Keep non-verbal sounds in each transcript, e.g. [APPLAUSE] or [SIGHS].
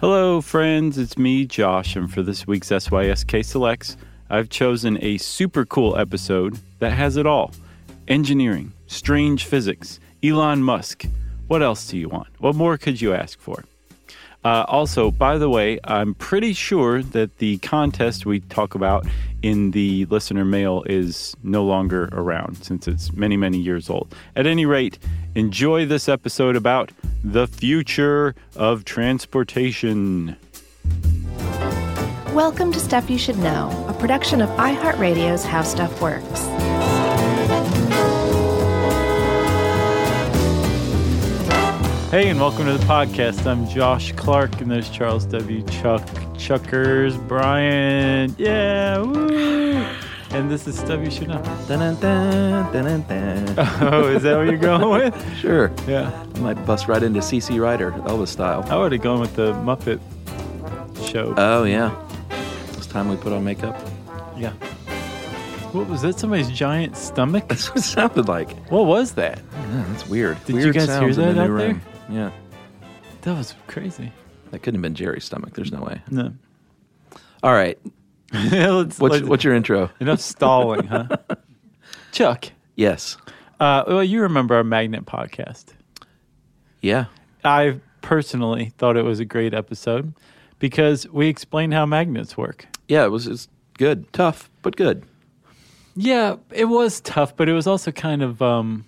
Hello, friends. It's me, Josh, and for this week's SYSK Selects, I've chosen a super cool episode that has it all engineering, strange physics, Elon Musk. What else do you want? What more could you ask for? Uh, also, by the way, I'm pretty sure that the contest we talk about in the listener mail is no longer around since it's many, many years old. At any rate, enjoy this episode about the future of transportation. Welcome to Stuff You Should Know, a production of iHeartRadio's How Stuff Works. Hey, and welcome to the podcast. I'm Josh Clark, and there's Charles W. Chuck, Chuckers, Brian. Yeah, woo! And this is Stuff You Should Know. Dun, dun, dun, dun, dun. [LAUGHS] Oh, is that what you're going with? [LAUGHS] sure. Yeah. I might bust right into CC Rider, Elvis style. I would have gone with the Muppet show. Oh, yeah. It's time we put on makeup. [LAUGHS] yeah. What was that? Somebody's giant stomach? That's what it sounded like. What was that? Yeah, that's weird. Did you weird guys hear sounds in the that new out room. Yeah. That was crazy. That couldn't have been Jerry's stomach. There's no way. No. [LAUGHS] All right. let's, What's, let's- what's your intro? [LAUGHS] enough stalling, huh? Chuck, [LAUGHS] Yes. uh, well, you remember our magnet podcast. Yeah. I personally thought it was a great episode because we explained how magnets work. Yeah, it was it's good. Tough, but good. Yeah, it was tough, but it was also kind of um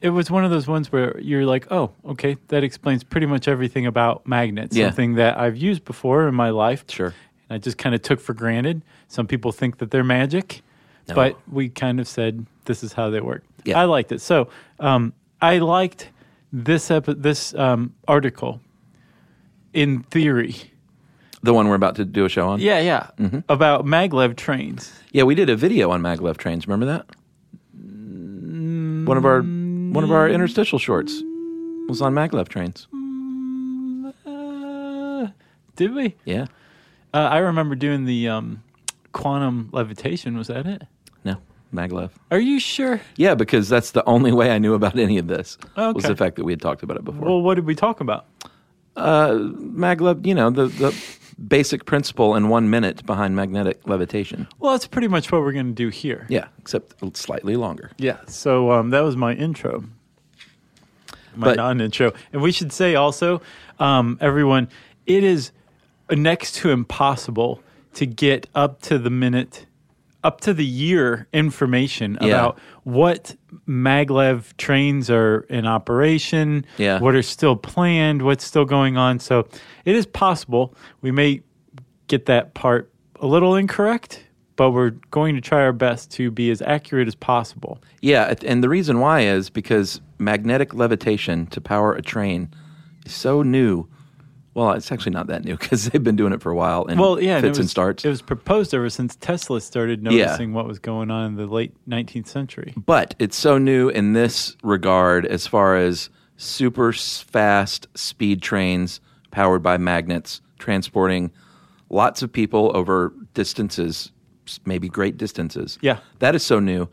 it was one of those ones where you're like, "Oh, okay, that explains pretty much everything about magnets." Yeah. Something that I've used before in my life. Sure. And I just kind of took for granted. Some people think that they're magic, No. but we kind of said this is how they work. Yeah. I liked it. So, um I liked this epi- this um article in theory. The one we're about to do a show on? Yeah, yeah. Mm-hmm. About maglev trains. Yeah, we did a video on maglev trains. Remember that? One of our one of our Mm. interstitial shorts was on maglev trains. Uh, did we? Yeah. Uh, I remember doing the um, quantum levitation. Was that it? No, maglev. Are you sure? Yeah, because that's the only way I knew about any of this was Okay. the fact that we had talked about it before. Well, what did we talk about? maglev, you know, the, the basic principle in one minute behind magnetic levitation. Well, that's pretty much what we're going to do here. Yeah, except slightly longer. Yeah. So um, that was my intro, my But- non-intro, and we should say also, um, everyone, it is next to impossible to get up to the minute, up to the year information Yeah. about what maglev trains are in operation, Yeah. what are still planned, what's still going on. So it is possible we may get that part a little incorrect. But we're going to try our best to be as accurate as possible. Yeah, it- and the reason why is because magnetic levitation to power a train is so new. Well, it's actually not that new because [LAUGHS] they've been doing it for a while in Well, yeah, fits it was, and starts. It was proposed ever since Tesla started Yeah. noticing what was going on in the late 19th century. but it's so new in this regard as far as super s- fast speed trains powered by magnets transporting lots of people over distances s- maybe great distances Yeah. that is so new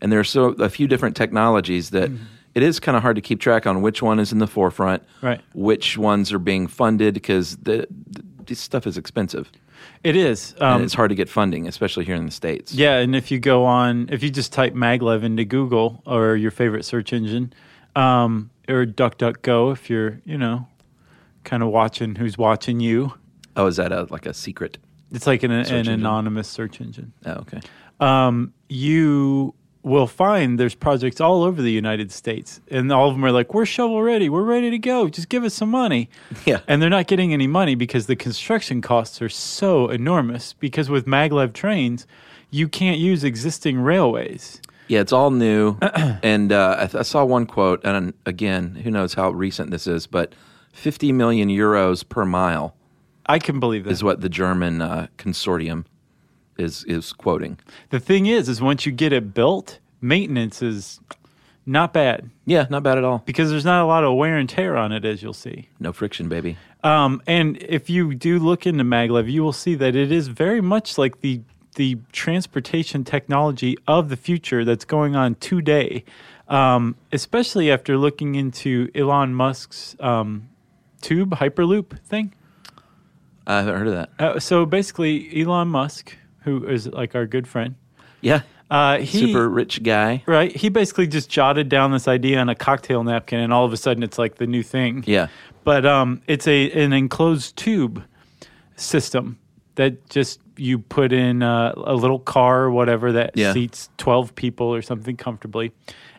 and there are so a few different technologies that Mm-hmm. it is kind of hard to keep track on which one is in the forefront Right. which ones are being funded because the, th- this stuff is expensive It is. and Um, it's hard to get funding especially here in the states yeah, and if you go on, if you just type maglev into Google or your favorite search engine, um, or DuckDuckGo if you're, you know, kind of watching who's watching you, oh is that a, like a secret it's like an, an engine. anonymous search engine. oh, okay [LAUGHS] um, you will find there's projects all over the United States, and all of them are like, "We're shovel ready, we're ready to go. Just give us some money." Yeah. and they're not getting any money because the construction costs are so enormous. Because with maglev trains, you can't use existing railways. Yeah, it's all [CLEARS THROAT] new. and uh, I, th- I saw one quote, and again, who knows how recent this is, but 50 million euros per mile I can believe this. is what the German uh, consortium is is quoting. The thing is, is once you get it built, maintenance is not bad Yeah, not bad at all. because there's not a lot of wear and tear on it, as you'll see. No friction, baby. Um, and if you do look into maglev, you will see that it is very much like the the transportation technology of the future that's going on today. Um, especially after looking into Elon Musk's um, tube hyperloop thing. I haven't heard of that. Uh, so basically, Elon Musk, who is like our good friend, Yeah. uh, he Super rich guy. right, he basically just jotted down this idea on a cocktail napkin, and all of a sudden, it's like the new thing. Yeah. but um, it's a an enclosed tube system that just you put in uh, a little car or whatever that Yeah. seats 12 people or something comfortably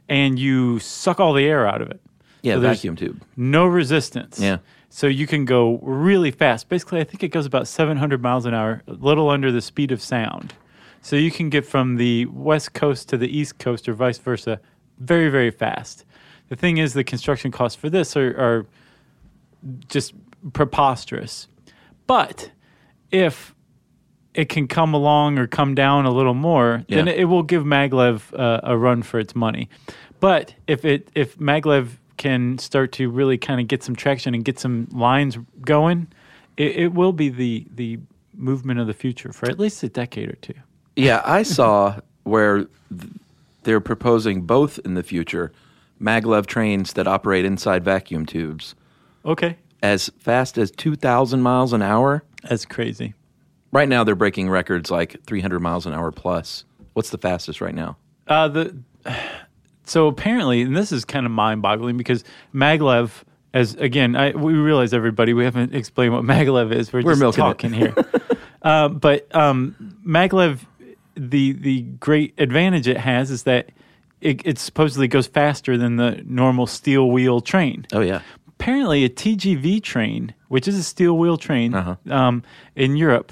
and you suck all the air out of it Yeah. So there's vacuum tube. no resistance Yeah. so you can go really fast basically i think it goes about 700 miles an hour a little under the speed of sound so you can get from the west coast to the east coast or vice versa very very fast the thing is the construction costs for this are, are just preposterous. But if it can come along or come down a little more, then Yeah. it will give maglev uh, a run for its money. But if it if maglev can start to really kind of get some traction and get some lines going, it, it will be the the movement of the future for at least a decade or two. Yeah, I saw where th- they're proposing both in the future maglev trains that operate inside vacuum tubes Okay, as fast as 2,000 miles an hour. that's crazy. Right now, they're breaking records like 300 miles an hour plus. What's the fastest right now? Uh, the [SIGHS] so apparently, and this is kind of mind-boggling because maglev, as again, I, we realize everybody we haven't explained what [LAUGHS] maglev is. We're, just milking it. talking here, [LAUGHS] uh, but um, maglev, the the great advantage it has is that it, it supposedly goes faster than the normal steel wheel train Oh, yeah. apparently a TGV train, which is a steel wheel train um, in Europe,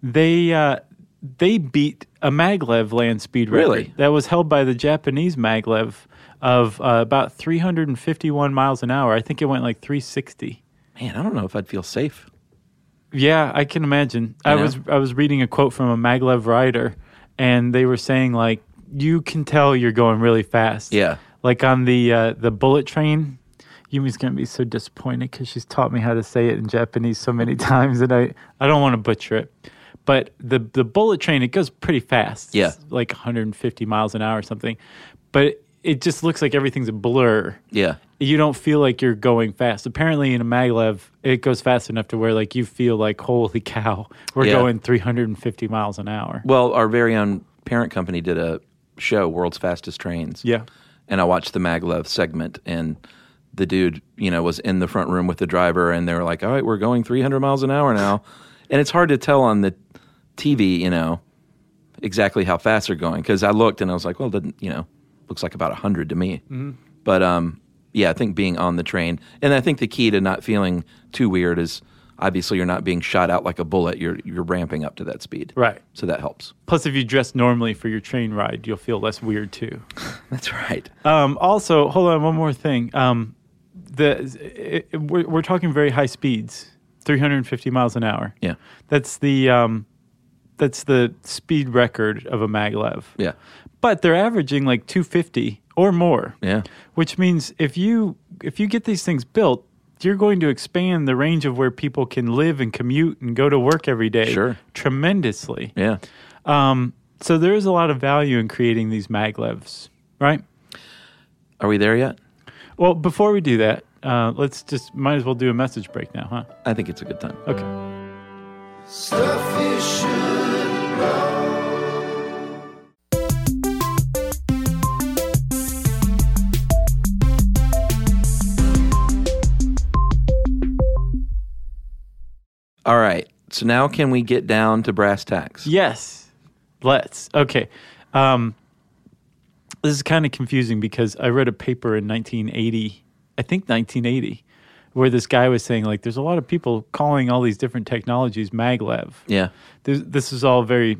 they uh, they beat a maglev land speed record Really? that was held by the Japanese maglev of uh, about 351 miles an hour. I think it went like 360. Man, I don't know if I'd feel safe. Yeah, I can imagine. I know? was I was reading a quote from a maglev rider, and they were saying like you can tell you're going really fast. Yeah. like on the uh, the bullet train. Yumi's gonna be so disappointed because she's taught me how to say it in Japanese so many [LAUGHS] times, and I I don't want to butcher it. But the the bullet train it goes pretty fast. Yeah. It's like 150 miles an hour or something. But it just looks like everything's a blur Yeah. you don't feel like you're going fast. Apparently, in a maglev, it goes fast enough to where like you feel like, holy cow, we're Yeah. going 350 miles an hour. Well, our very own parent company did a show, World's Fastest Trains. Yeah. and I watched the maglev segment and the dude, you know, was in the front room with the driver and they were like, "All right, we're going 300 miles an hour now." [LAUGHS] and it's hard to tell on the TV, you know, exactly how fast they're going cuz I looked and I was like, "Well, it doesn't, you know, looks like about 100 to me." But um yeah, I think being on the train and I think the key to not feeling too weird is obviously you're not being shot out like a bullet. You're you're ramping up to that speed. Right. So that helps. Plus, if you dress normally for your train ride, you'll feel less weird too. That's right. Um, also, hold on, one more thing. Um, the it, it- we're, we're talking very high speeds, 350 miles an hour. Yeah. That's the um, that's the speed record of a maglev. Yeah. but they're averaging like 250 or more. Yeah. Which means if you if you get these things built, you're going to expand the range of where people can live and commute and go to work every day Sure. tremendously. Yeah. So there is a lot of value in creating these maglevs, right? Are we there yet? Well, before we do that, uh, let's just might as well do a message break now, huh? I think it's a good time. Okay. Stuff you should know. All right. So now can we get down to brass tacks? Yes. Let's. Okay. Um, this is kind of confusing because I read a paper in 1980, I think 1980, where this guy was saying like, there's a lot of people calling all these different technologies maglev. Yeah. This, this is all very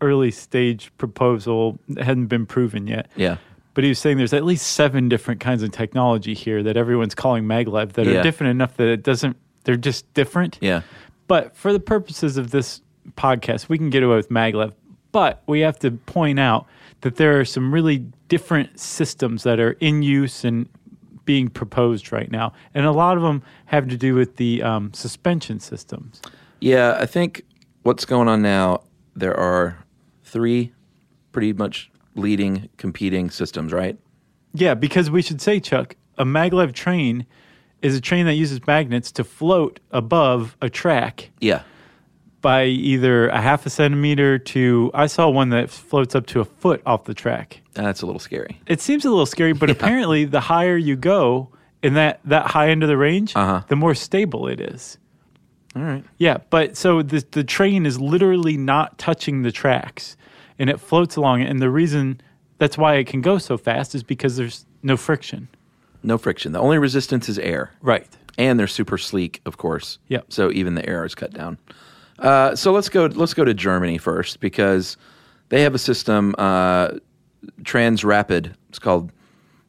early stage proposal, that hadn't been proven yet. Yeah. But he was saying there's at least seven different kinds of technology here that everyone's calling maglev that Yeah. are different enough that it doesn't. They're just different. Yeah. But for the purposes of this podcast, we can get away with maglev. But we have to point out that there are some really different systems that are in use and being proposed right now, and a lot of them have to do with the um, suspension systems. Yeah. I think what's going on now, there are three pretty much leading competing systems, right? Yeah, because we should say, Chuck, a maglev train is a train that uses magnets to float above a track Yeah. by either a half a centimeter to I saw one that floats up to a foot off the track. That's a little scary. It seems a little scary, [LAUGHS] but apparently the higher you go in that that high end of the range, Uh-huh. the more stable it is. All right. Yeah, but so the the train is literally not touching the tracks, and it floats along it. And the reason that's why it can go so fast is because there's no friction. No friction. The only resistance is air. Right. And they're super sleek, of course. Yep. So even the air is cut down. Uh, so let's go. Let's go to Germany first because they have a system. Uh, Transrapid. It's called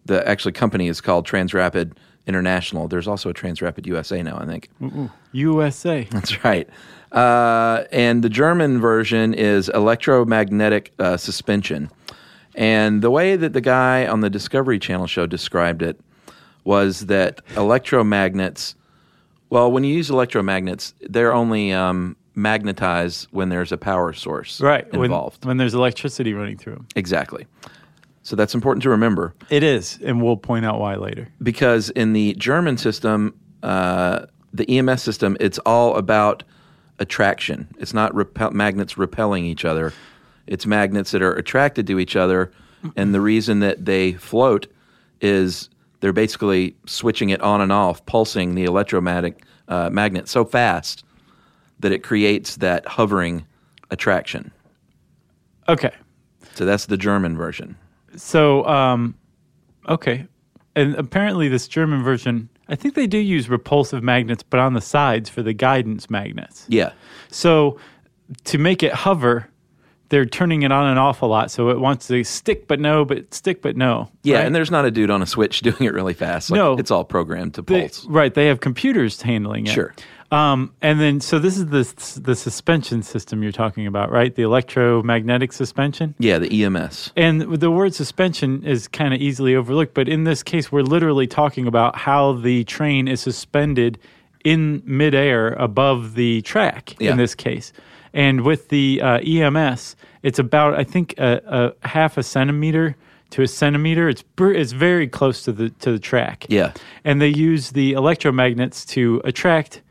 the actually company is called Transrapid International. There's also a Transrapid USA now. I think. USA. That's right. Uh, and the German version is electromagnetic uh, suspension. And the way that the guy on the Discovery Channel show described it was that electromagnets, well, when you use electromagnets, they're only um, magnetized when there's a power source Right. When, involved. when there's electricity running through them. exactly. So that's important to remember It is, and we'll point out why later. because in the German system, uh, the EMS system, it's all about attraction. It's not repel- magnets repelling each other. It's magnets that are attracted to each other, and the reason that they float is they're basically switching it on and off, pulsing the electromagnetic uh, magnet so fast that it creates that hovering attraction. Okay. So that's the German version. So, um, okay. And apparently, this German version, I think they do use repulsive magnets, but on the sides for the guidance magnets. Yeah, So to make it hover, they're turning it on and off a lot. So it wants to stick but no, but stick but no. yeah. right? And there's not a dude on a switch [LAUGHS] doing it really fast. Like, No. it's all programmed to They- pulse. right. They have computers handling it. Sure. Um, and then so this is the the suspension system you're talking about, right? The electromagnetic suspension. Yeah, the E EMS. And the word suspension is kind of easily overlooked, but in this case, we're literally talking about how the train is suspended in midair above the track Yeah. in this case. And with the uh, EMS, it's about, I think, a, a half a centimeter to a centimeter. It's, br- it's very close to the, to the track. Yeah. And they use the electromagnets to attract.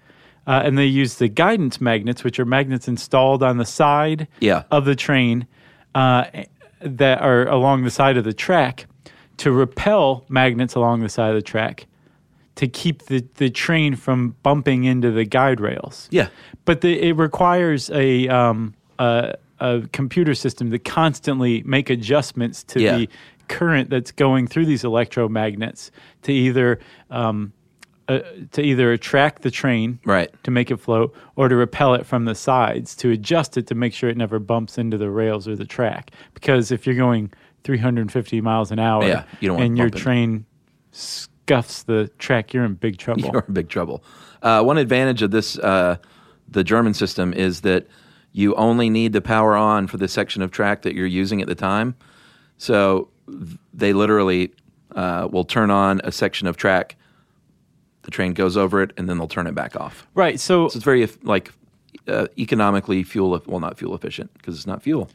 Uh, and they use the guidance magnets, which are magnets installed on the side Yeah. of the train uh, that are along the side of the track to repel magnets along the side of the track to keep the, the train from bumping into the guide rails. Yeah. But the, it requires a, um, a, a computer system to constantly make adjustments to Yeah. the current that's going through these electromagnets to either um, uh, to either attract the train Right. [LAUGHS] to make it float or to repel it from the sides to adjust it to make sure it never bumps into the rails or the track because if you're going 350 miles an hour Yeah, you don't wanna and your bump it. train scuffs the track you're in big trouble You're in big trouble. Uh, one advantage of this, uh, the German system, is that you only need the power on for the section of track that you're using at the time. So th- they literally uh, will turn on a section of track, the train goes over it, and then they'll turn it back off. right so So it's very eff- like uh, economically fuel, e-, well, not fuel efficient because it's not fuel,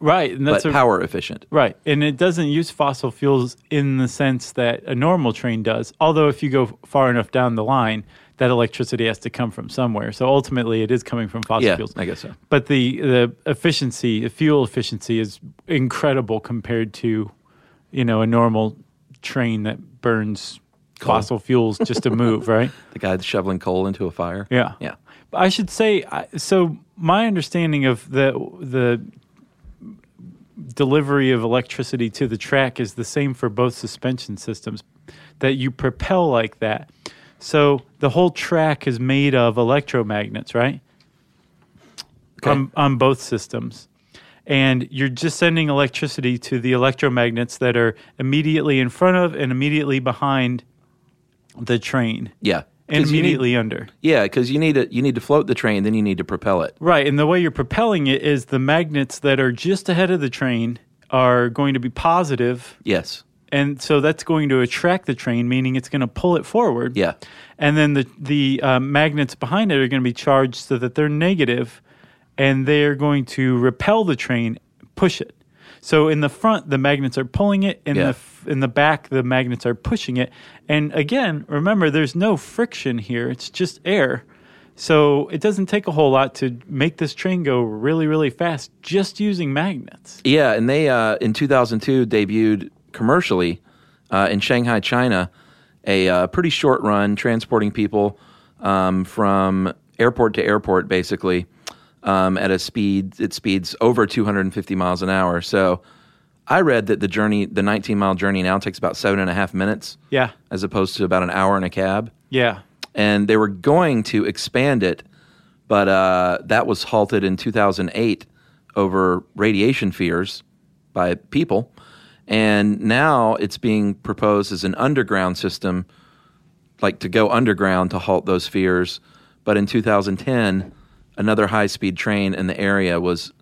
right and that's but a, power efficient. Right. And it doesn't use fossil fuels in the sense that a normal train does. Although, if you go far enough down the line, that electricity has to come from somewhere. So ultimately, it is coming from fossil Yeah, fuels. I guess so. But the, the efficiency, the fuel efficiency is incredible compared to, you know, a normal train that burns fossil fuels just to move, [LAUGHS] right? The guy shoveling coal into a fire. Yeah. Yeah. But I should say I- so. My understanding of the the delivery of electricity to the track is the same for both suspension systems. That you propel like that. So the whole track is made of electromagnets, right? Okay. On, on both systems. And you're just sending electricity to the electromagnets that are immediately in front of and immediately behind the train yeah. and 'Cause you need- immediately under. Yeah, because you need to you need to float the train, then you need to propel it. Right, and the way you're propelling it is the magnets that are just ahead of the train are going to be positive, Yes. and so that's going to attract the train, meaning it's going to pull it forward. Yeah. and then the the uh, magnets behind it are going to be charged so that they're negative, and they're going to repel the train, push it. So in the front, the magnets are pulling it. In Yeah. the f- in the back, the magnets are pushing it. And again, remember, there's no friction here. It's just air. So it doesn't take a whole lot to make this train go really, really fast just using magnets. Yeah, and they uh, in 2002 debuted commercially uh, in Shanghai, China, a uh, pretty short run transporting people um, from airport to airport, basically um, at a speed it speeds over 250 miles an hour. So I read that the journey, the 19 mile journey, now takes about seven and a half minutes, Yeah, as opposed to about an hour in a cab. yeah, And they were going to expand it, but uh, that was halted in 2008 over radiation fears by people. And now it's being proposed as an underground system, like to go underground to halt those fears. But in 2010, another high speed train in the area was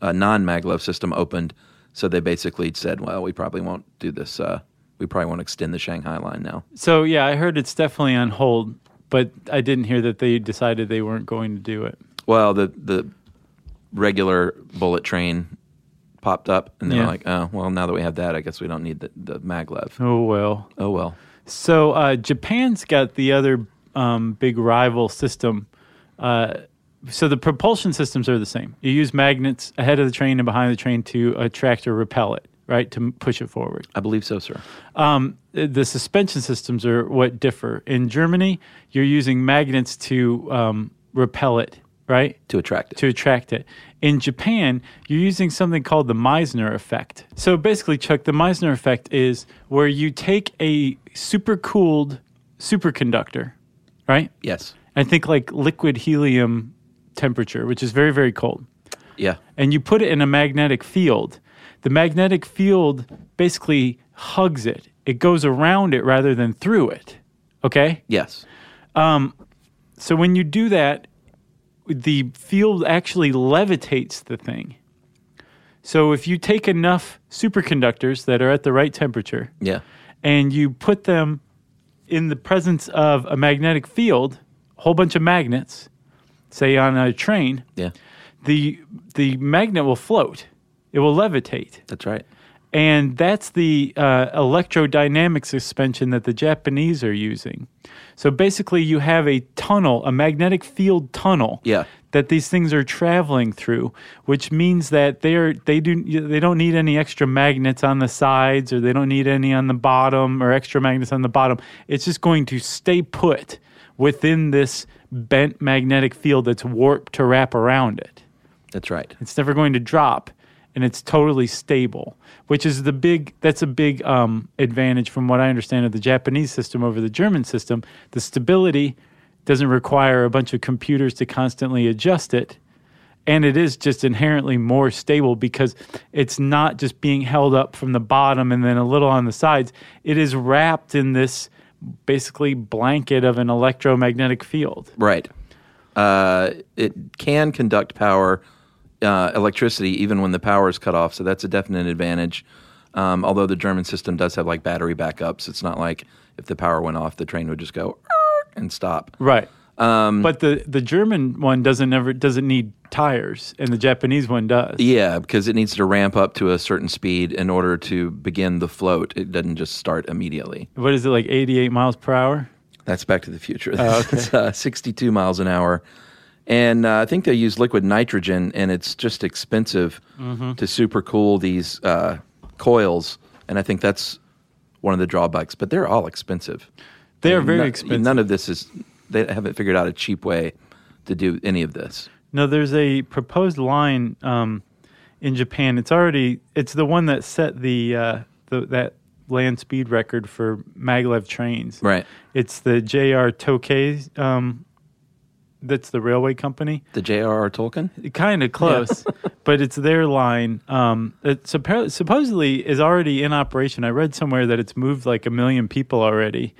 a non maglev system opened. So they basically said, well, we probably won't do this. Uh, we probably won't extend the Shanghai line now. So yeah, I heard it's definitely on hold, but I didn't hear that they decided they weren't going to do it. Well, the the regular bullet train popped up, and they Yeah. were like, "Oh, well, now that we have that, I guess we don't need the, the maglev." Oh well. Oh well. So uh, Japan's got the other um, big rival system. Uh, so the propulsion systems are the same. You use magnets ahead of the train and behind the train to attract or repel it, right? To m- push it forward. I believe so, sir. um, the suspension systems are what differ. In Germany, you're using magnets to um, repel it, right? To attract it. To attract it. In Japan, you're using something called the Meissner effect. So basically, Chuck, the Meissner effect is where you take a supercooled superconductor, right? yes. I think like liquid helium temperature, which is very, very cold Yeah. and you put it in a magnetic field, the magnetic field basically hugs it. It goes around it rather than through it. Okay? Yes. So when you do that, the field actually levitates the thing. So if you take enough superconductors that are at the right temperature Yeah. and you put them in the presence of a magnetic field, a whole bunch of magnets, say on a train, Yeah. the the magnet will float. It will levitate, That's right. and that's the uh, electrodynamic suspension that the Japanese are using. So basically, you have a tunnel, a magnetic field tunnel, Yeah. that these things are traveling through, which means that they are they do they don't need any extra magnets on the sides, or they don't need any on the bottom, or extra magnets on the bottom. It's just going to stay put within this bent magnetic field that's warped to wrap around it. That's right. It's never going to drop, and it's totally stable, which is the big. That's a big um, advantage, from what I understand, of the Japanese system over the German system. The stability doesn't require a bunch of computers to constantly adjust it, and it is just inherently more stable because it's not just being held up from the bottom and then a little on the sides. It is wrapped in this basically blanket of an electromagnetic field. Right. Uh, it can conduct power, uh, electricity, even when the power is cut off. So that's a definite advantage. Um, although the German system does have like battery backups, it's not like if the power went off, the train would just go and stop. Right. Um, but the, the German one doesn't ever doesn't need tires, and the Japanese one does. Yeah, because it needs to ramp up to a certain speed in order to begin the float. It doesn't just start immediately. What is it like? Eighty eight miles per hour. That's Back to the Future. Oh, [LAUGHS] it's uh, 62 miles an hour. And uh, I think they use liquid nitrogen, and it's just expensive Mm-hmm. to super cool these uh, coils. And I think that's one of the drawbacks, but they're all expensive. They are very None- expensive. None of this is, they haven't figured out a cheap way to do any of this. No, there's a proposed line um, in Japan. It's already it's the one that set the, uh, the that land speed record for maglev trains. Right. It's the JR Tokei. Um, that's the railway company. The J.R.R. Tolkien? kind of close, but it's their line. Um, it's appar- supposedly is already in operation. I read somewhere that it's moved like a million people already,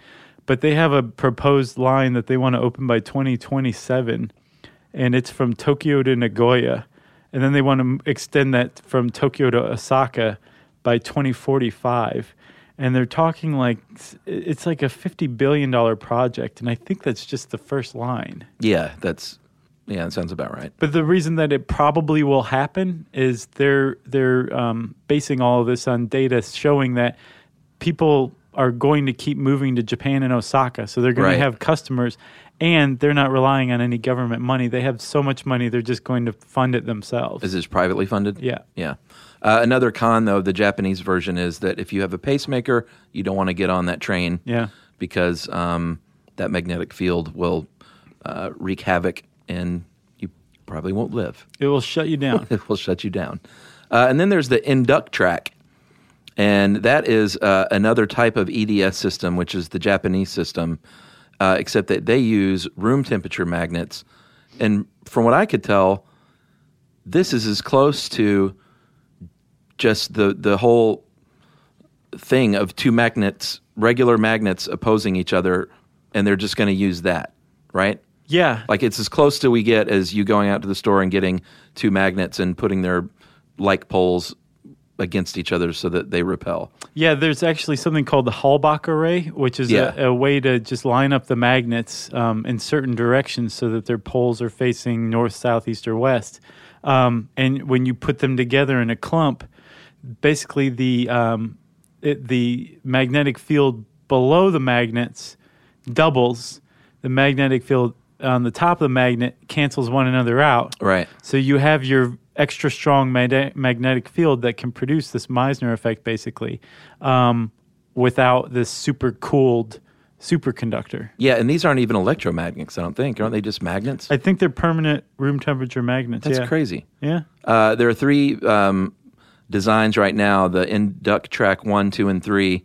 but they have a proposed line that they want to open by 2027, and it's from Tokyo to Nagoya, and then they want to extend that from Tokyo to Osaka by 2045. And they're talking like it's like a $50 billion project. And I think that's just the first line. Yeah, that's Yeah, that sounds about right. But the reason that it probably will happen is they're they're um, basing all of this on data showing that people are going to keep moving to Japan and Osaka, so they're going Right. to have customers, and they're not relying on any government money. They have so much money, they're just going to fund it themselves. Is this privately funded? Yeah. Yeah. Uh, another con, though, of the Japanese version is that if you have a pacemaker, you don't want to get on that train. Yeah. Because um, that magnetic field will uh, wreak havoc and you probably won't live. it will shut you [LAUGHS] down. It will shut you down. Uh, and then there's the induct track. And that is uh, another type of EDS system, which is the Japanese system, uh, except that they use room temperature magnets. And from what I could tell, this is as close to just the, the whole thing of two magnets, regular magnets opposing each other, and they're just going to use that, right? yeah, Like it's as close to we get as you going out to the store and getting two magnets and putting their like poles against each other so that they repel. Yeah, there's actually something called the Hallbach array, which is Yeah. a, a way to just line up the magnets um, in certain directions so that their poles are facing north, south, east, or west. Um, and when you put them together in a clump, basically the um, it, the magnetic field below the magnets doubles. The magnetic field on the top of the magnet cancels one another out. Right. So you have your extra strong mag- magnetic field that can produce this Meissner effect, basically, um, without this super cooled superconductor. Yeah, and these aren't even electromagnets, I don't think. Aren't they just magnets? I think they're permanent room temperature magnets. That's yeah. crazy. Yeah. Uh, there are three um, designs right now the induct track one, two, and three.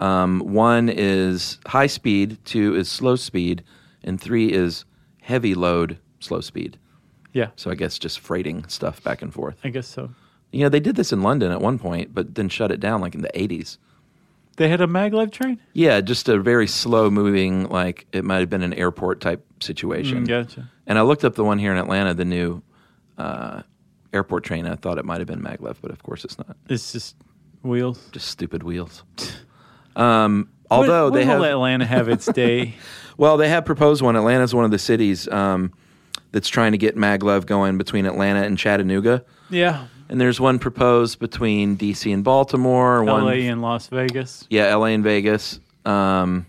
Um, one is high speed, two is slow speed, and three is heavy load, slow speed. Yeah. So I guess just freighting stuff back and forth. I guess so. You know, they did this in London at one point, but then shut it down like in the 80s. They had a maglev train? Yeah, just a very slow moving, like it might have been an airport type situation. Gotcha. And I looked up the one here in Atlanta, the new uh, airport train. I thought it might have been maglev, but of course it's not. It's just wheels. Just stupid wheels. Um, although When- they when have. will Atlanta have [LAUGHS] its day. Well, they have proposed one. Atlanta's one of the cities um, that's trying to get maglev going between Atlanta and Chattanooga. yeah. And there's one proposed between D.C. and Baltimore. one LA and Las Vegas. Yeah, LA and Vegas. Um,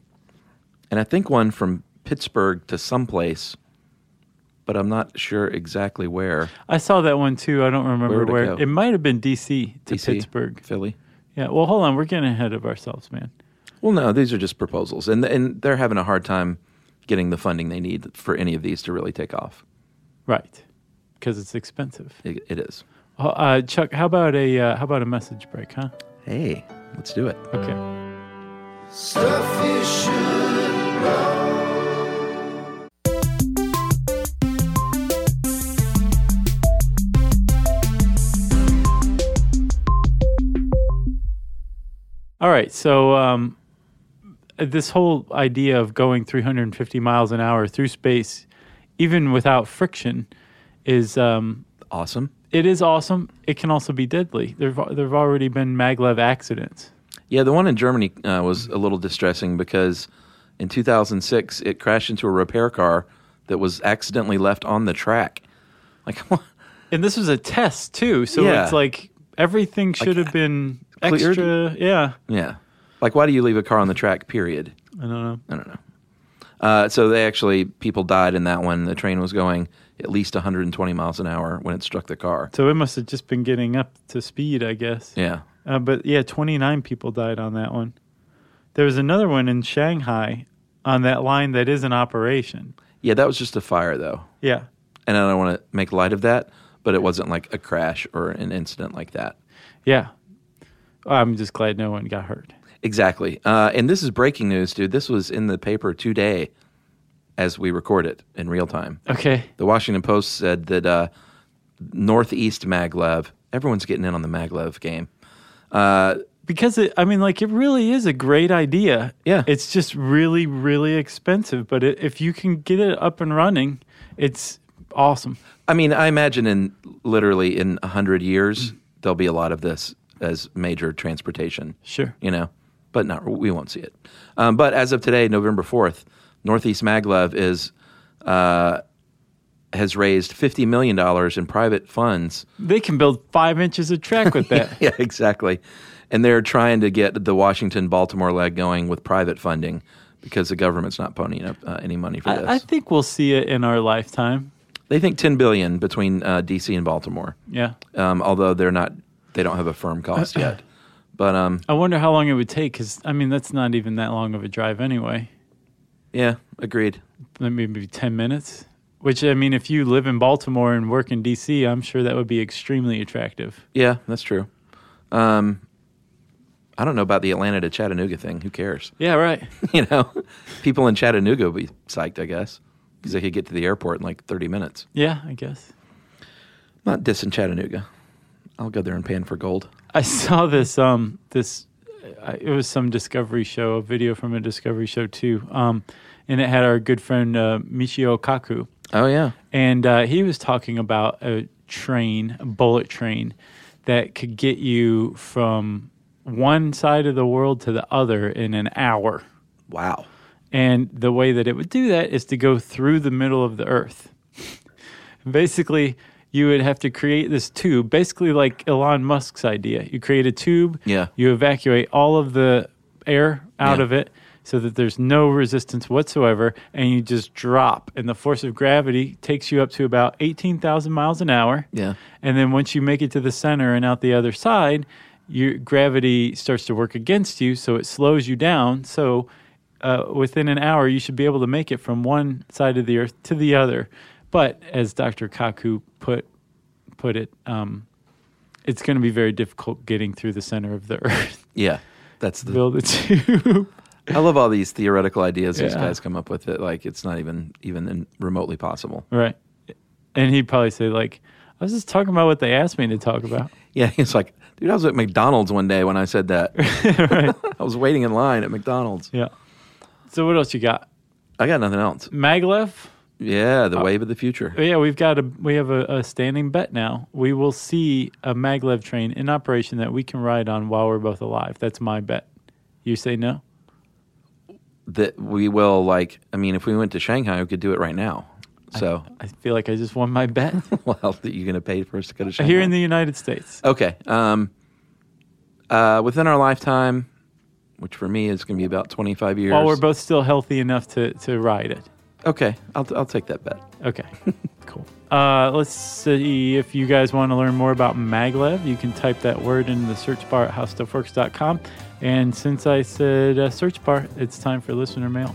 and I think one from Pittsburgh to someplace, but I'm not sure exactly where. I saw that one too. I don't remember Where'd it where. go? It might have been DC to DC, Pittsburgh. Philly. Yeah. Well, hold on. We're getting ahead of ourselves, man. Well, no, these are just proposals, and and they're having a hard time getting the funding they need for any of these to really take off. Right, because it's expensive. It, it is. Uh, Uh, Chuck, how about a uh, how about a message break, huh? Hey, let's do it. Okay. Stuff you should know. All right. So um, this whole idea of going 350 miles an hour through space, even without friction, is um, Awesome. it is awesome. It can also be deadly. There've there've already been maglev accidents. Yeah, the one in Germany uh, was a little distressing because in 2006 it crashed into a repair car that was accidentally left on the track. Like, [LAUGHS] And this was a test too, so Yeah. it's like everything should have been Cleared? extra. Yeah, Yeah. Like, why do you leave a car on the track, period? I don't know. I don't know. Uh, so they actually, people died in that one. The train was going at least 120 miles an hour when it struck the car. So it must have just been getting up to speed, I guess. Yeah. Uh, but yeah, 29 people died on that one. There was another one in Shanghai on that line that is in operation. Yeah, that was just a fire, though. Yeah. And I don't want to make light of that, but it wasn't like a crash or an incident like that. Yeah. I'm just glad no one got hurt. Exactly. Uh, and this is breaking news, dude. This was in the paper today as we record it in real time. Okay. The Washington Post said that uh, Northeast Maglev, everyone's getting in on the Maglev game. Because it, I mean, like, it really is a great idea. Yeah. It's just really, really expensive. But it, if you can get it up and running, it's awesome. I mean, I imagine in literally in a hundred years there'll be a lot of this as major transportation. Sure. you know, but not we won't see it. Um, but as of today, November fourth, Northeast Maglev is uh, has raised $50 million in [LAUGHS] private funds. They can build five inches of track with that. yeah, exactly. And they're trying to get the Washington Baltimore leg going with private funding because the government's not ponying up uh, any money for this. I, I think we'll see it in our lifetime. they think 10 billion between uh, DC and Baltimore. Yeah. Um, although they're not they don't have a firm cost [CLEARS THROAT] yet. But um, I wonder how long it would take because, I mean, that's not even that long of a drive anyway. yeah, agreed. Maybe 10 minutes. Which, I mean, if you live in Baltimore and work in D.C., I'm sure that would be extremely attractive. Yeah, that's true. Um, I don't know about the Atlanta to Chattanooga thing. Who cares? [LAUGHS] Yeah, right. you know, people in Chattanooga would be psyched, I guess, because they could get to the airport in like 30 minutes. [LAUGHS] Yeah, I guess. I'm not dissing Chattanooga. I'll go there and pan for gold. I saw this. Um, this I, it was some Discovery show, a video from a Discovery show too. Um, and it had our good friend uh, Michio Kaku, Oh yeah, and uh, he was talking about a train, a bullet train, that could get you from one side of the world to the other in an hour. wow. And the way that it would do that is to go through the middle of the earth. basically, you would have to create this tube, basically like Elon Musk's idea. You create a tube, Yeah. you evacuate all of the air out Yeah. of it so that there's no resistance whatsoever, and you just drop. And the force of gravity takes you up to about 18,000 miles an hour. Yeah. And then once you make it to the center and out the other side, your gravity starts to work against you, so it slows you down. So uh, within an hour, you should be able to make it from one side of the earth to the other. But as Dr. Kaku put put it, um, it's going to be very difficult getting through the center of the [LAUGHS] earth. Yeah, that's the. Build a tube. I love all these theoretical ideas these Yeah. guys come up with. That like it's not even even in- remotely possible. [LAUGHS] right. And he'd probably say, like, I was just talking about what they asked me to talk about. [LAUGHS] Yeah, [LAUGHS] it's like, dude, I was at McDonald's one day when I said that. I was waiting in line at McDonald's. Yeah. So what else you got? I got nothing else. Maglev? Yeah, Uh, the wave of the future. But yeah, we've got a we have a, a standing bet now. We will see a maglev train in operation that we can ride on while we're both alive. That's my bet. You say no? that we will like i mean if we went to shanghai we could do it right now so [LAUGHS] I feel like I just won my bet well that you're going to pay for us to go to shanghai here in the United States. okay um uh within our lifetime which for me is going to be about 25 years While we're both still healthy enough to to ride it. okay I'll, I'll take that bet Okay. cool. Uh, let's see if you guys want to learn more about maglev. You can type that word in the search bar at howstuffworks.com. And since I said uh, search bar, it's time for listener mail.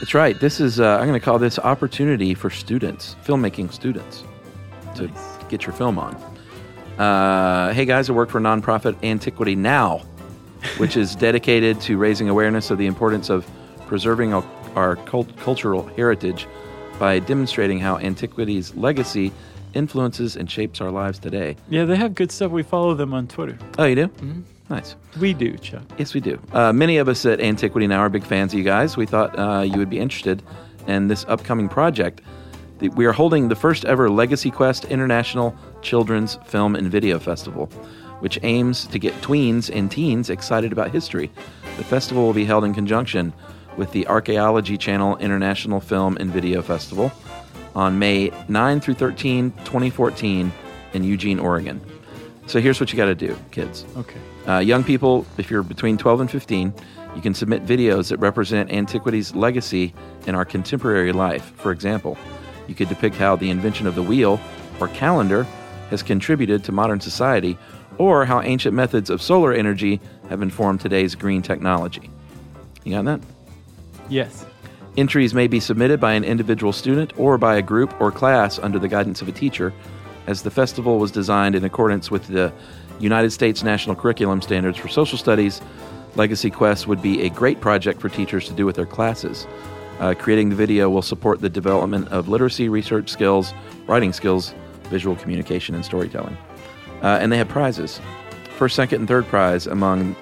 that's right this is uh, i'm going to call this opportunity for students filmmaking students to get your film on uh, hey guys i work for nonprofit antiquity now which is dedicated to raising awareness of the importance of preserving our, our cult- cultural heritage by demonstrating how antiquity's legacy influences and shapes our lives today. Yeah, they have good stuff. We follow them on Twitter. Oh, you do? Nice. We do, Chuck. Yes, we do. Uh, many of us at Antiquity Now are big fans of you guys. We thought uh, you would be interested in this upcoming project. The- We are holding the first ever Legacy Quest International Children's Film and Video Festival, which aims to get tweens and teens excited about history. The festival will be held in conjunction with the Archaeology Channel International Film and Video Festival on May 9 through 13, 2014, in Eugene, Oregon. So here's what you got to do, kids. Okay. Uh, young people, if you're between 12 and 15, you can submit videos that represent antiquity's legacy in our contemporary life. For example, you could depict how the invention of the wheel or calendar has contributed to modern society, or how ancient methods of solar energy have informed today's green technology. You got that? Yes. Entries may be submitted by an individual student or by a group or class under the guidance of a teacher, as the festival was designed in accordance with the United States National Curriculum Standards for Social Studies. Legacy Quest would be a great project for teachers to do with their classes. Uh, creating the video will support the development of literacy research skills, writing skills, visual communication, and storytelling. Uh, and they have prizes. First, second, and third prize among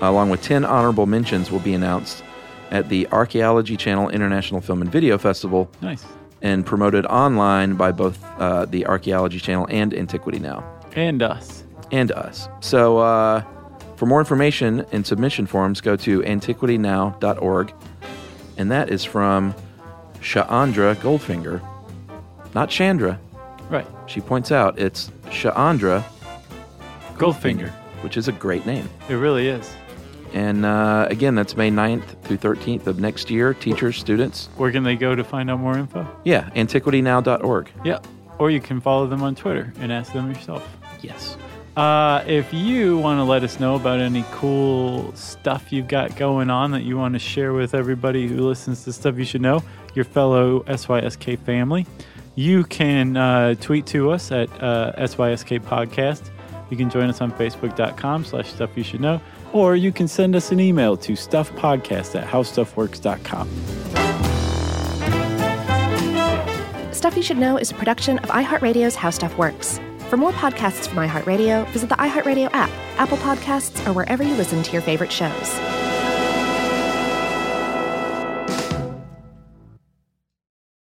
along with 10 honorable mentions will be announced at the Archaeology Channel International Film and Video Festival Nice. and promoted online by both uh, the Archaeology Channel and Antiquity Now And us. and us. So uh, for more information and submission forms, go to antiquitynow.org. And that is from Shaandra Goldfinger, not Chandra. Right. She points out it's Shaandra, Goldfinger. which is a great name. It really is. And uh, again, that's May 9th through 13th of next year. Teachers, students, Where can they go to find out more info? yeah, antiquitynow.org. Yeah. Or you can follow them on Twitter and ask them yourself. Yes. Uh, if you want to let us know about any cool stuff you've got going on that you want to share with everybody who listens to Stuff You Should Know, your fellow SYSK family, you can uh, tweet to us at uh, SYSK Podcast. You can join us on Facebook.com slash Stuff You Should Know, or you can send us an email to stuffpodcast at howstuffworks.com. Stuff You Should Know is a production of iHeartRadio's How Stuff Works. For more podcasts from iHeartRadio, visit the iHeartRadio app, Apple Podcasts, or wherever you listen to your favorite shows.